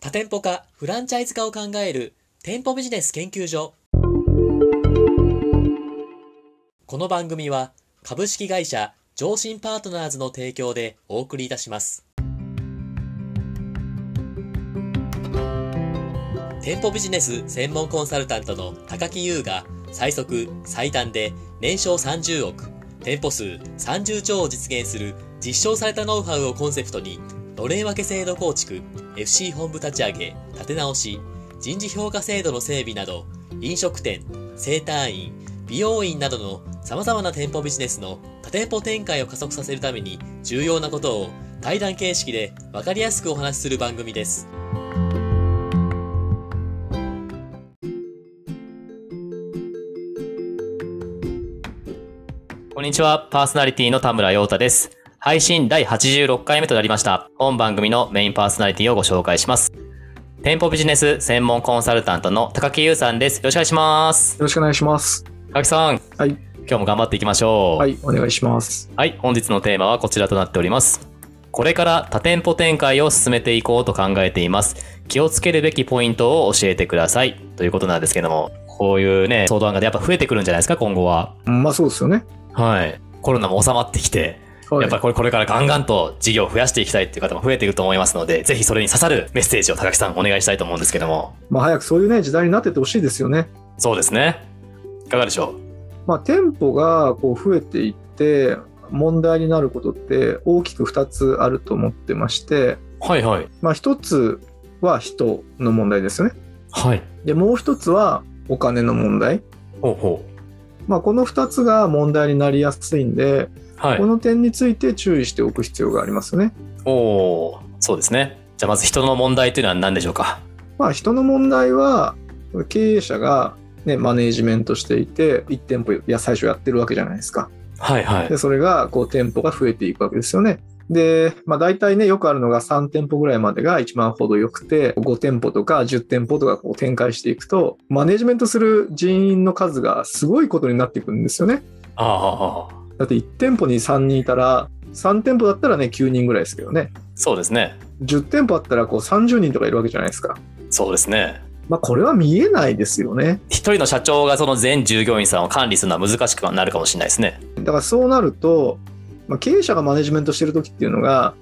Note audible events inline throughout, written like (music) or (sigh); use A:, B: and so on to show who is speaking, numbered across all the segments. A: 多店舗化、フランチャイズ化を考える店舗ビジネス研究所。この番組は株式会社上信パートナーズの提供でお送りいたします。店舗ビジネス専門コンサルタントの高木優が最速最短で年商30億店舗数30兆を実現する実証されたノウハウをコンセプトにのれん分け制度構築 FC 本部立ち上げ立て直し人事評価制度の整備など飲食店整体院美容院などの様々な店舗ビジネスの多店舗展開を加速させるために重要なことを対談形式で分かりやすくお話しする番組です。こんにちは。パーソナリティの田村陽太です。配信第86回目となりました。本番組のメインパーソナリティをご紹介します。店舗ビジネス専門コンサルタントの高木優さんです。よろしくお願いします。
B: よろしくお願いします。
A: 高木さん。
B: はい
A: 今日も頑張っていきましょう。
B: はい、お願いします。
A: はい、本日のテーマはこちらとなっております。これから多店舗展開を進めていこうと考えています。気をつけるべきポイントを教えてください。ということなんですけども、こういうね、相談がやっぱ増えてくるんじゃないですか、今後は。
B: うんまあそうですよね。
A: はい。コロナも収まってきて、
B: はい
A: やっぱりこれこれからガンガンと事業を増やしていきたいっていう方も増えていくと思いますので、ぜひそれに刺さるメッセージを高木さんお願いしたいと思うんですけども。
B: まあ早くそういうね、時代になってってほしいですよね。
A: そうですね。いかがでしょう
B: まあ店舗がこう増えていって、問題になることって大きく2つあると思ってまして、
A: はいはい。
B: まあ1つは人の問題ですよね。
A: はい。
B: で、もう1つはお金の問題。
A: ほうほ
B: まあこの2つが問題になりやすいんで、
A: う。はい
B: こ。の点について注意しておく必要がありますよね。
A: おおーそうですね。じゃあまず人の問題というのは何でしょうか
B: まあ、人の問題は経営者が、ね、マネージメントしていて1店舗や最初やってるわけじゃないですか
A: はいはい
B: で。それがこう店舗が増えていくわけですよねで、まあ、大体ねよくあるのが3店舗ぐらいまでが1万ほどよくて5店舗とか10店舗とかこう展開していくとマネージメントする人員の数がすごいことになっていくんですよね
A: ああああ、
B: だって1店舗に3人いたら3店舗だったらね9人ぐらいですけどね
A: そうですね。
B: 10店舗あったらこう30人とかいるわけじゃないですか
A: そうですね。
B: まあこれは見えないですよね
A: 一人の社長がその全従業員さんを管理するのは難しくなるかもしれないですね。
B: だからそうなると、まあ、経営者がマネジメントしてる時っていうのが、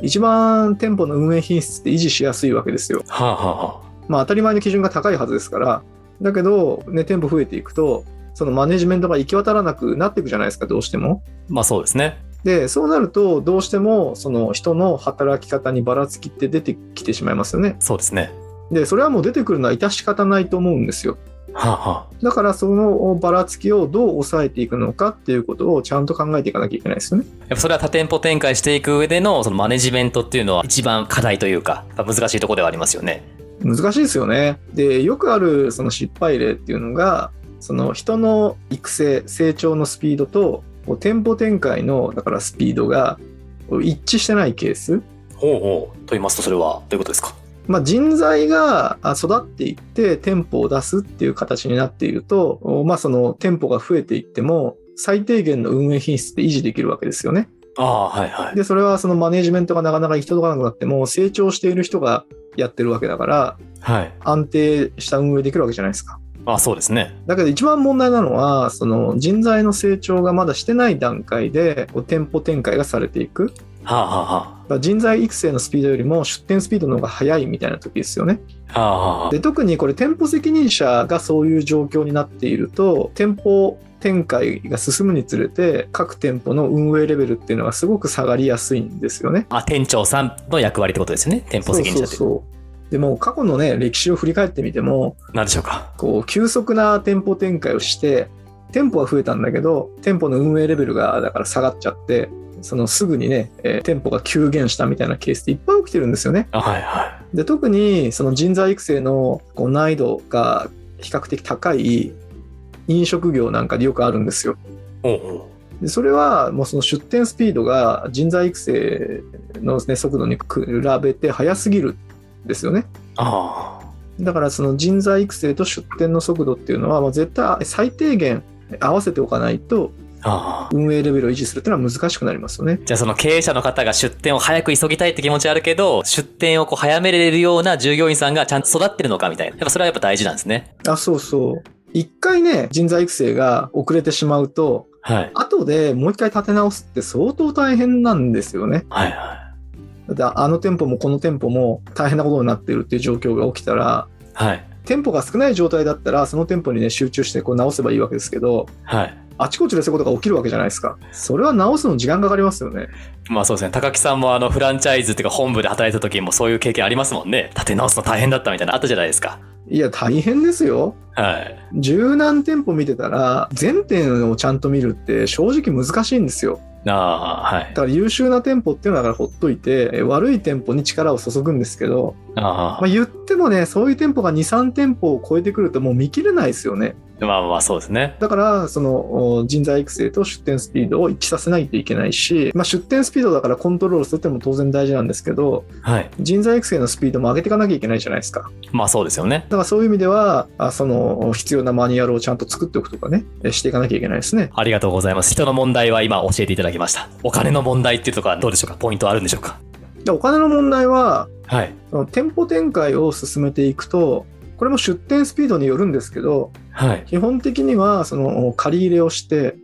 B: 一番店舗の運営品質って維持しやすいわけですよ。
A: はあはあは
B: まあ、当たり前の基準が高いはずですから、だけど、ね、店舗増えていくと、そのマネジメントが行き渡らなくなっていくじゃないですか、どうしても。
A: あ。まあそうですね。
B: で、そうなると、どうしてもその人の働き方にばらつきって出てきてしまいますよね。
A: そうですね。
B: で、それはもう出てくるのは致し方ないと思うんですよ。
A: はあはあ。
B: だから、そのばらつきをどう抑えていくのかっていうことをちゃんと考えていかなきゃいけないですよね。
A: やっぱそれは多店舗展開していく上でのそのマネジメントっていうのは一番課題というか、やっぱ難しいところではありますよね。
B: 難しいですよね。でよくあるその失敗例っていうのがその人の育成成長のスピードとこう店舗展開のだからスピードがこう一致してないケース、
A: ほうほう。と言いますとそれはどういうことですか
B: まあ、人材があ育っていって店舗を出すっていう形になっていると、おまあ、その店舗が増えていっても最低限の運営品質って維持できるわけですよね。
A: ああ、はいは。
B: でそれはそのマネジメントがなかなか行き届かなくなっても成長している人がやってるわけだから
A: はい。
B: 安定した運営できるわけじゃないですか。
A: あそうですね。
B: だけど一番問題なのはその人材の成長がまだしてない段階でこう店舗展開がされていく
A: はあはあ
B: だから人材育成のスピードよりも出店スピードの方が速いみたいな時ですよね
A: はあ。はあはあ。
B: で特にこれ店舗責任者がそういう状況になっていると店舗展開が進むにつれて各店舗の運営レベルっていうのがすごく下がりやすいんですよね
A: あ、店長さんの役割ってことですよね。店舗責任者って。
B: そうそうそうでも過去のね歴史を振り返ってみても
A: なんでしょうか。
B: こう急速な店舗展開をして店舗は増えたんだけど店舗の運営レベルがだから下がっちゃってそのすぐにね、えー店舗が急減したみたいなケースっていっぱい起きてるんですよね。
A: あはいは
B: で特にその人材育成のこう難易度が比較的高い飲食業なんかでよくあるんですよ。
A: い。ほうほ
B: でそれはもうその出店スピードが人材育成の、ね、速度に比べて速すぎるんですよね。
A: う。ああ。
B: だからその人材育成と出店の速度っていうのは、まあ、絶対最低限合わせておかないと
A: ああ。
B: 運営レベルを維持するっていうのは難しくなりますよね。
A: じゃあその経営者の方が出店を早く急ぎたいって気持ちはあるけど、出店をこう早めれるような従業員さんがちゃんと育ってるのかみたいな。やっぱそれはやっぱ大事なんですね。
B: あ、そうそう。一回ね、人材育成が遅れてしまうと、
A: はい。
B: 後でもう一回立て直すって相当大変なんですよね。
A: はいは
B: だってあの店舗もこの店舗も大変なことになってるっていう状況が起きたら、
A: い。はい。
B: 店舗が少ない状態だったら、その店舗にね、集中してこう直せばいいわけですけど、
A: はい。
B: あちこちでそういうことが起きるわけじゃないですか。それは直すの時間かかりますよね。
A: まあそうですね。高木さんもあのフランチャイズっていうか本部で働いた時もそういう経験ありますもんね。立て直すの大変だったみたいなのあったじゃないですか。
B: いや、大変ですよ。
A: はい。
B: 十何店舗見てたら、全店をちゃんと見るって正直難しいんですよ。
A: ああ、はい
B: だ。から優秀な店舗っていうのはだからほっといて、え悪い店舗に力を注ぐんですけど、
A: あ
B: まあ、言ってもね、そういう店舗が2、3店舗を超えてくるともう見切れないですよね。
A: あ。まあまあそうですね。
B: だから、そのお人材育成と出店スピードを一致させないといけないし、まあ、出店スピードだからコントロールするってのも当然大事なんですけど、
A: はい。
B: 人材育成のスピードも上げていかなきゃいけないじゃないですか。
A: まあそうですよね。
B: だからそういう意味では、あその必要なマニュアルをちゃんと作っておくとかね、えしていかなきゃいけないですね。
A: ありがとうございます。人の問題は今教えていただきました。お金の問題っていうところはどうでしょうかポイントあるんでしょうか
B: でお金の問題は、
A: はい。
B: その店舗展開を進めていくと、これも出店スピードによるんですけど、
A: はい。
B: 基本的にはその借り入れをして、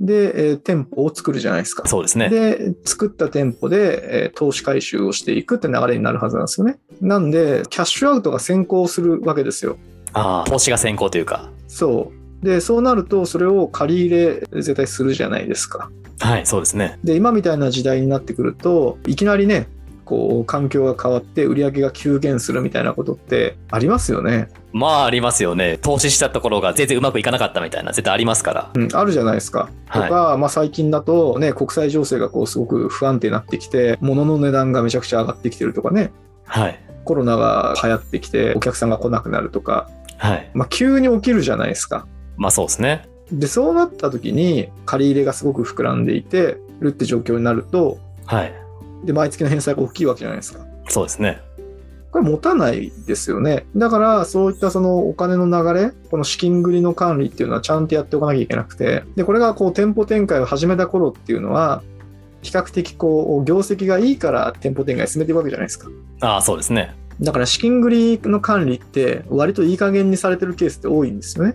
B: で、えー店舗を作るじゃないですか。
A: そうですね。
B: で、作った店舗で、えー投資回収をしていくって流れになるはずなんですよね。なんで、キャッシュアウトが先行するわけですよ。
A: ああ、投資が先行というか。
B: そう。で、そうなると、それを借り入れ絶対するじゃないですか。
A: はい、そうですね。
B: で今みたいな時代になってくるといきなりねこう環境が変わって売り上げが急減するみたいなことってありますよね、
A: まあありますよね。投資したところが全然うまくいかなかったみたいな、絶対ありますから。
B: うん、あるじゃないですか。と
A: はい
B: か、まあ、最近だと、ね、国際情勢がこうすごく不安定になってきて物の値段がめちゃくちゃ上がってきてるとかね
A: はい。
B: コロナが流行ってきてお客さんが来なくなるとか、
A: はい。
B: まあ、急に起きるじゃないですか。
A: まあそうですね。
B: でそうなった時に借り入れがすごく膨らんでいてるって状況になると
A: はい。
B: で毎月の返済が大きいわけじゃないですか。
A: そうですね。
B: これ持たないですよね。だから、そういったそのお金の流れ、この資金繰りの管理っていうのはちゃんとやっておかなきゃいけなくて、で、これがこう店舗展開を始めた頃っていうのは、比較的こう、業績がいいから店舗展開進めていくわけじゃないですか。
A: ああ、そうですね。
B: だから資金繰りの管理って割といい加減にされてるケースって多いんですよね。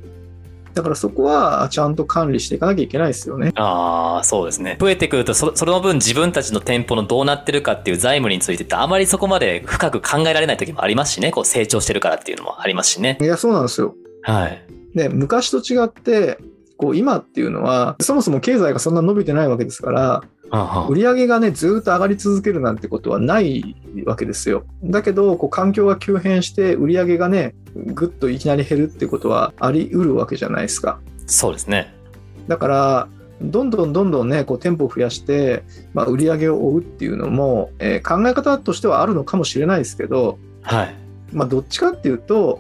B: だからそこはちゃんと管理していかなきゃいけないですよね。
A: ああ、そうですね。増えてくるとそ、その分自分たちの店舗のどうなってるかっていう財務についてって、あまりそこまで深く考えられない時もありますしね。こう成長してるからっていうのもありますしね
B: い。や、そうなんですよ。
A: はい。
B: で、昔と違って、こう今っていうのは、そもそも経済がそんな伸びてないわけですから、
A: あ
B: 売り上げがねずーっと上がり続けるなんてことはないわけですよだけどこう環境が急変して売り上げがねぐっといきなり減るってことはありうるわけじゃないですか
A: そうですね。
B: だからどんどんどんどんねこう店舗を増やして、まあ、売り上げを追うっていうのも、えー考え方としてはあるのかもしれないですけど、
A: はい。
B: まあ、どっちかっていうと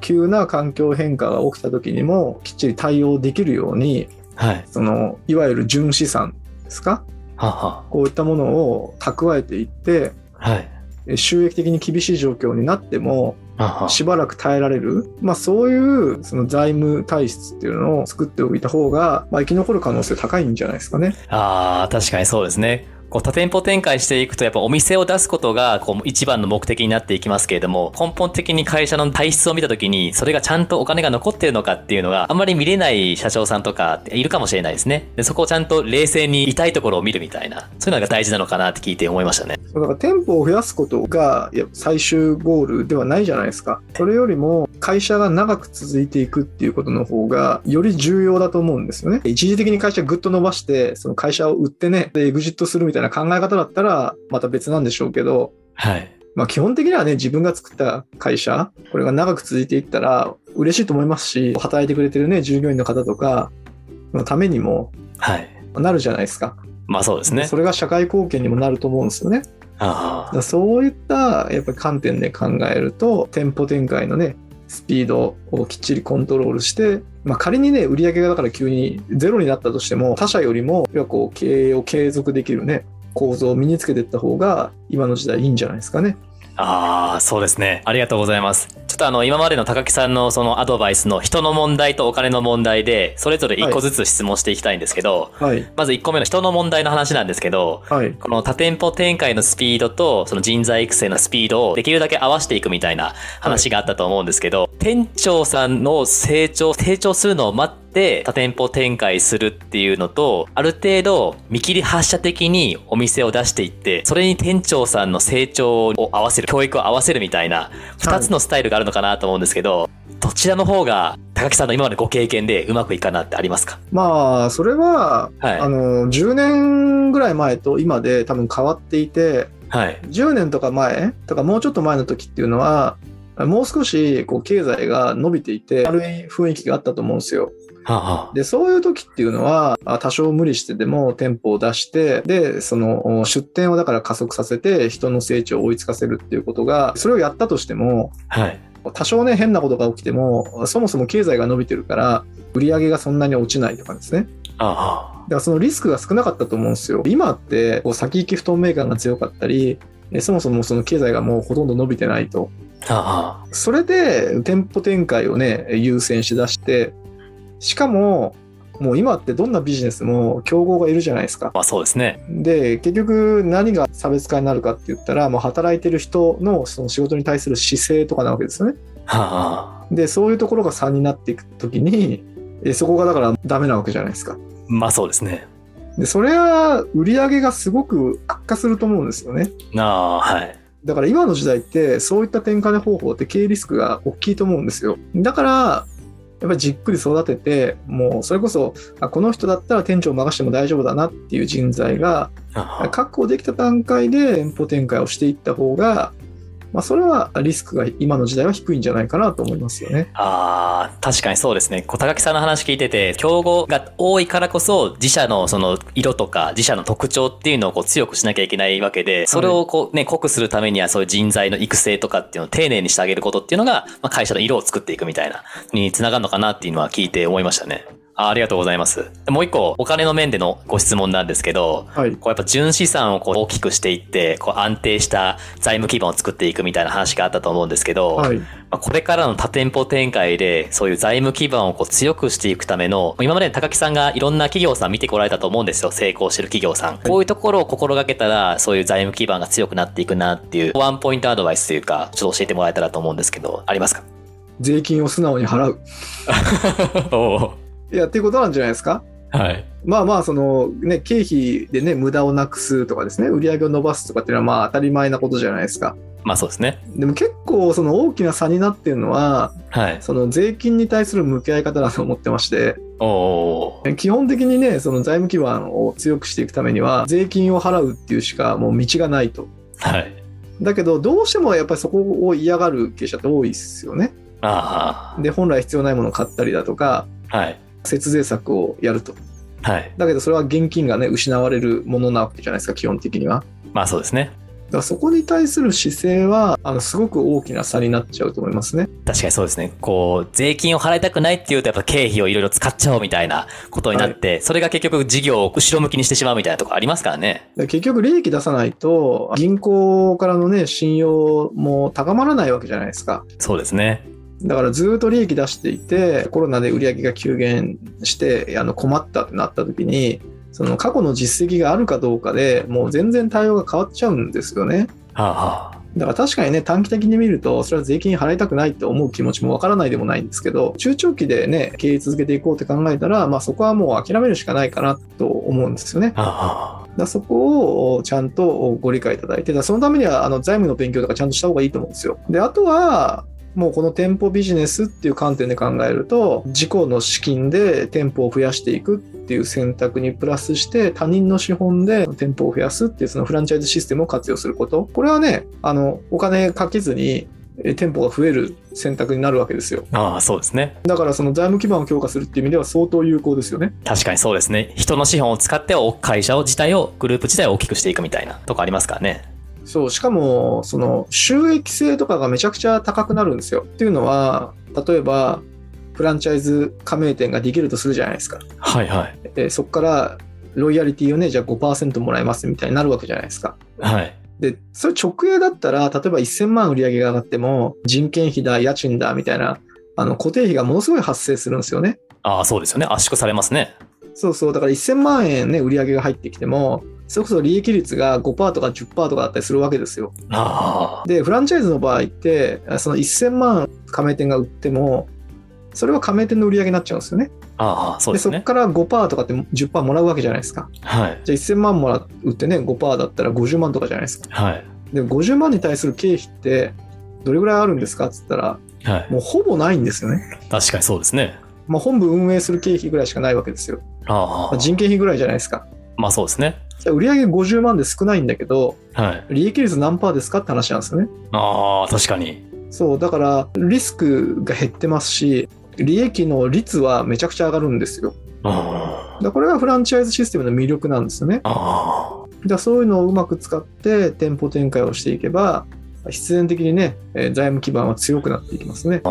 B: 急な環境変化が起きた時にもきっちり対応できるように
A: はい。
B: そのいわゆる純資産ですか
A: はは。
B: こういったものを蓄えていって、
A: はい。
B: え収益的に厳しい状況になっても、
A: はは
B: しばらく耐えられる、まあ、そういうその財務体質っていうのを作っておいた方が、まあ、生き残る可能性高いんじゃないですかね。
A: ああ、確かにそうですね。こう多店舗展開していくと、やっぱお店を出すことがこう一番の目的になっていきますけれども、根本的に会社の体質を見たときに、それがちゃんとお金が残ってるのかっていうのがあんまり見れない社長さんとかっているかもしれないですね。でそこをちゃんと冷静に痛いところを見るみたいな、そういうのが大事なのかなって聞いて思いましたね。
B: だから店舗を増やすことがいや最終ゴールではないじゃないですか。それよりも会社が長く続いていくっていうことの方がより重要だと思うんですよね。一時的に会社ぐっと伸ばして、その会社を売ってね、でエグジットするみたいな考え方だったらまた別なんでしょうけど、
A: はい。
B: まあ、基本的にはね自分が作った会社これが長く続いていったら嬉しいと思いますし働いてくれてるね従業員の方とかのためにも
A: はい。
B: なるじゃないですか、
A: まあそうですね
B: そ。れが社会貢献にもなると思うんですよねだ
A: あ
B: からそういったやっぱり観点で考えると店舗展開のねスピードをきっちりコントロールして、まあ、仮にね売り上げがだから急にゼロになったとしても他社よりも要はこう経営を継続できるね構造を身につけていった方が今の時代いいんじゃないですかね。
A: あ。ああ、そうですね。ありがとうございます。ちょっちょっとあの、今までの高木さんのそのアドバイスの人の問題とお金の問題で、それぞれ一個ずつ質問していきたいんですけど、
B: はい。
A: まず1個目の人の問題の話なんですけど、
B: はい。
A: この多店舗展開のスピードとその人材育成のスピードをできるだけ合わせていくみたいな話があったと思うんですけど、店長さんの成長、成長するのを待って多店舗展開するっていうのと、ある程度見切り発射的にお店を出していって、それに店長さんの成長を合わせる、教育を合わせるみたいな2つのスタイルがあるのかなと思うんですけど、どちらの方が高木さんの今までご経験でうまくいくかなってありますか
B: まあ、それは、
A: はい
B: あの、10年ぐらい前と今で多分変わっていて、
A: はい。
B: 10年とか前とかもうちょっと前の時っていうのは、もう少しこう経済が伸びていて、軽い雰囲気があったと思うんですよ。
A: はあは
B: で、そういう時っていうのは、あ多少無理してでも店舗を出して、で、そのお出店をだから加速させて、人の成長を追いつかせるっていうことが、それをやったとしても、
A: あはい。
B: 多少ね、変なことが起きても、そもそも経済が伸びてるから、売り上げがそんなに落ちないとかですね。
A: ああ。
B: だからそのリスクが少なかったと思うんですよ。今って、こう先行き不透明感が強かったり、ねそもそもその経済がもうほとんど伸びてないと。
A: あ
B: それで店舗展開をね優先しだしてしかももう今ってどんなビジネスも競合がいるじゃないですか
A: まあそうですね。 (laughs)
B: で結局何が差別化になるかって言ったらもう働いてる人のその仕事に対する姿勢とかなわけですよね
A: はあ、
B: でそういうところが3になっていく時にえそこがだからダメなわけじゃないですか
A: まあそうですね。
B: でそれは売り上げがすごく悪化すると思うんですよね
A: ああ、はい。
B: だから今の時代ってそういった転換方法って経営リスクが大きいと思うんですよ。だからやっぱりじっくり育ててもうそれこそあこの人だったら店長を任しても大丈夫だなっていう人材が
A: ああ
B: 確保できた段階で店舗展開をしていった方が、まあ、それはリスクが今の時代は低いんじゃないかなと思いますよね。
A: ああ、確かにそうですね。こう高木さんの話聞いてて、競合が多いからこそ、自社のその色とか、自社の特徴っていうのをこう強くしなきゃいけないわけで、それをこうね、濃くするためには、そういう人材の育成とかっていうのを丁寧にしてあげることっていうのが、まあ、会社の色を作っていくみたいな、につながるのかなっていうのは聞いて思いましたね。あーありがとうございます。でもう一個、お金の面でのご質問なんですけど、
B: はい、
A: こうやっぱ純資産をこう大きくしていってこう安定した財務基盤を作っていくみたいな話があったと思うんですけど、
B: はい
A: まあ、これからの多店舗展開でそういう財務基盤をこう強くしていくための今まで高木さんがいろんな企業さん見てこられたと思うんですよ成功してる企業さん、こういうところを心がけたらそういう財務基盤が強くなっていくなっていうワンポイントアドバイスというかちょっと教えてもらえたらと思うんですけどありますか
B: 税金を素直に払う
A: (laughs) お
B: いやっていうことなんじゃないですか。
A: はい
B: まあまあその、ね、経費で、ね、無駄をなくすとかですね売り上げを伸ばすとかっていうのはまあ当たり前なことじゃないですか
A: まあそうですね
B: でも結構その大きな差になってるのは
A: はい
B: その税金に対する向き合い方だと思ってまして
A: おお
B: 基本的にねその財務基盤を強くしていくためには税金を払うっていうしかもう道がないと
A: はい
B: だけどどうしてもやっぱりそこを嫌がる経営者って多いですよね
A: あ
B: で本来必要ないものを買ったりだとか
A: あはい
B: 節税策をやると
A: はい
B: だけどそれは現金がね失われるものなわけじゃないですか基本的には
A: まあそうですね
B: だからそこに対する姿勢はあのすごく大きな差になっちゃうと思いますね。
A: 確かにそうですね。こう、税金を払いたくないっていうと、やっぱ経費をいろいろ使っちゃおうみたいなことになって、それが結局事業を後ろ向きにしてしまうみたいなとこありますからね。
B: で結局利益出さないと銀行からのね信用も高まらないわけじゃないですか。
A: そうですね。
B: だからずっと利益出していてコロナで売り上げが急減してあの困ったってなった時にその過去の実績があるかどうかでもう全然対応が変わっちゃうんですよね。
A: はあ、は
B: だから確かにね短期的に見るとそれは税金払いたくないって思う気持ちもわからないでもないんですけど中長期でね経営続けていこうって考えたら、まあ、そこはもう諦めるしかないかなと思うんですよねだか
A: あ、は
B: らそこをちゃんとご理解いただいてだからそのためにはあの財務の勉強とかちゃんとした方がいいと思うんですよであとはもうこの店舗ビジネスっていう観点で考えると自己の資金で店舗を増やしていくっていう選択にプラスして他人の資本で店舗を増やすっていうそのフランチャイズシステムを活用することこれはねあのお金かけずにえ店舗が増える選択になるわけですよ
A: あ、ああ、そうですね。
B: だからその財務基盤を強化するっていう意味では相当有効ですよね
A: 確かにそうですね。人の資本を使って、お会社を自体を、グループ自体を大きくしていくみたいなとこありますからね。
B: そうしかもその収益性とかがめちゃくちゃ高くなるんですよっていうのは例えばフランチャイズ加盟店ができるとするじゃないですか
A: はいはい。
B: えーそこからロイヤリティをねじゃあ5%もらえますみたいになるわけじゃないですか
A: はい。
B: で、それ直営だったら、例えば1000万売り上げが上がっても、人件費だ、家賃だ、みたいな、あの、固定費がものすごい発生するんですよね。
A: ああ、そうですよね。圧縮されますね。
B: そうそう、だから1000万円ね、売り上げが入ってきても、それこそ利益率が5%とか10%とかだったりするわけですよ。
A: あ
B: で、フランチャイズの場合って、その1000万加盟店が売っても、それは加盟店の売り上げになっちゃうんですよね。
A: あ、ああ、そう
B: で、
A: です
B: そこ
A: ね。
B: から5%とかって10%もらうわけじゃないですか。
A: はい。
B: じゃあ1000万もらう売ってね、5%だったら50万とかじゃないですか。
A: はい。
B: で、50万に対する経費って、どれぐらいあるんですかって言ったら、
A: はい。
B: もうほぼないんですよね。
A: 確かにそうですね。
B: まあ、本部運営する経費ぐらいしかないわけですよ。
A: あ
B: ま
A: あ
B: あ、、人件費ぐらいじゃないですか。
A: まあそうですね。
B: じゃあ売上50万で少ないんだけど、
A: はい。
B: 利益率何パーですかって話なんですよね。
A: ああ、確かに。
B: そう、だからリスクが減ってますし、利益の率はめちゃくちゃ上がるんですよ。
A: あ
B: だからこれがフランチャイズシステムの魅力なんですよね。
A: あ、あ
B: だからそういうのをうまく使って店舗展開をしていけば、必然的にね、えー財務基盤は強くなっていきますね。
A: あ。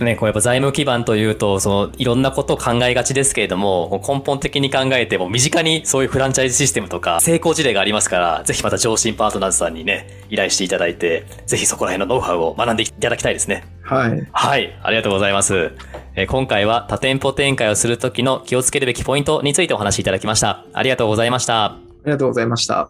A: ね、こうやっぱ財務基盤というと、その、いろんなことを考えがちですけれども、根本的に考えても、身近にそういうフランチャイズシステムとか、成功事例がありますから、ぜひまた上進パートナーズさんにね、依頼していただいて、ぜひそこら辺のノウハウを学んでいただきたいですね。
B: はい。
A: はい、ありがとうございます。えー今回は多店舗展開をするときの気をつけるべきポイントについてお話しいただきました。ありがとうございました。
B: ありがとうございました。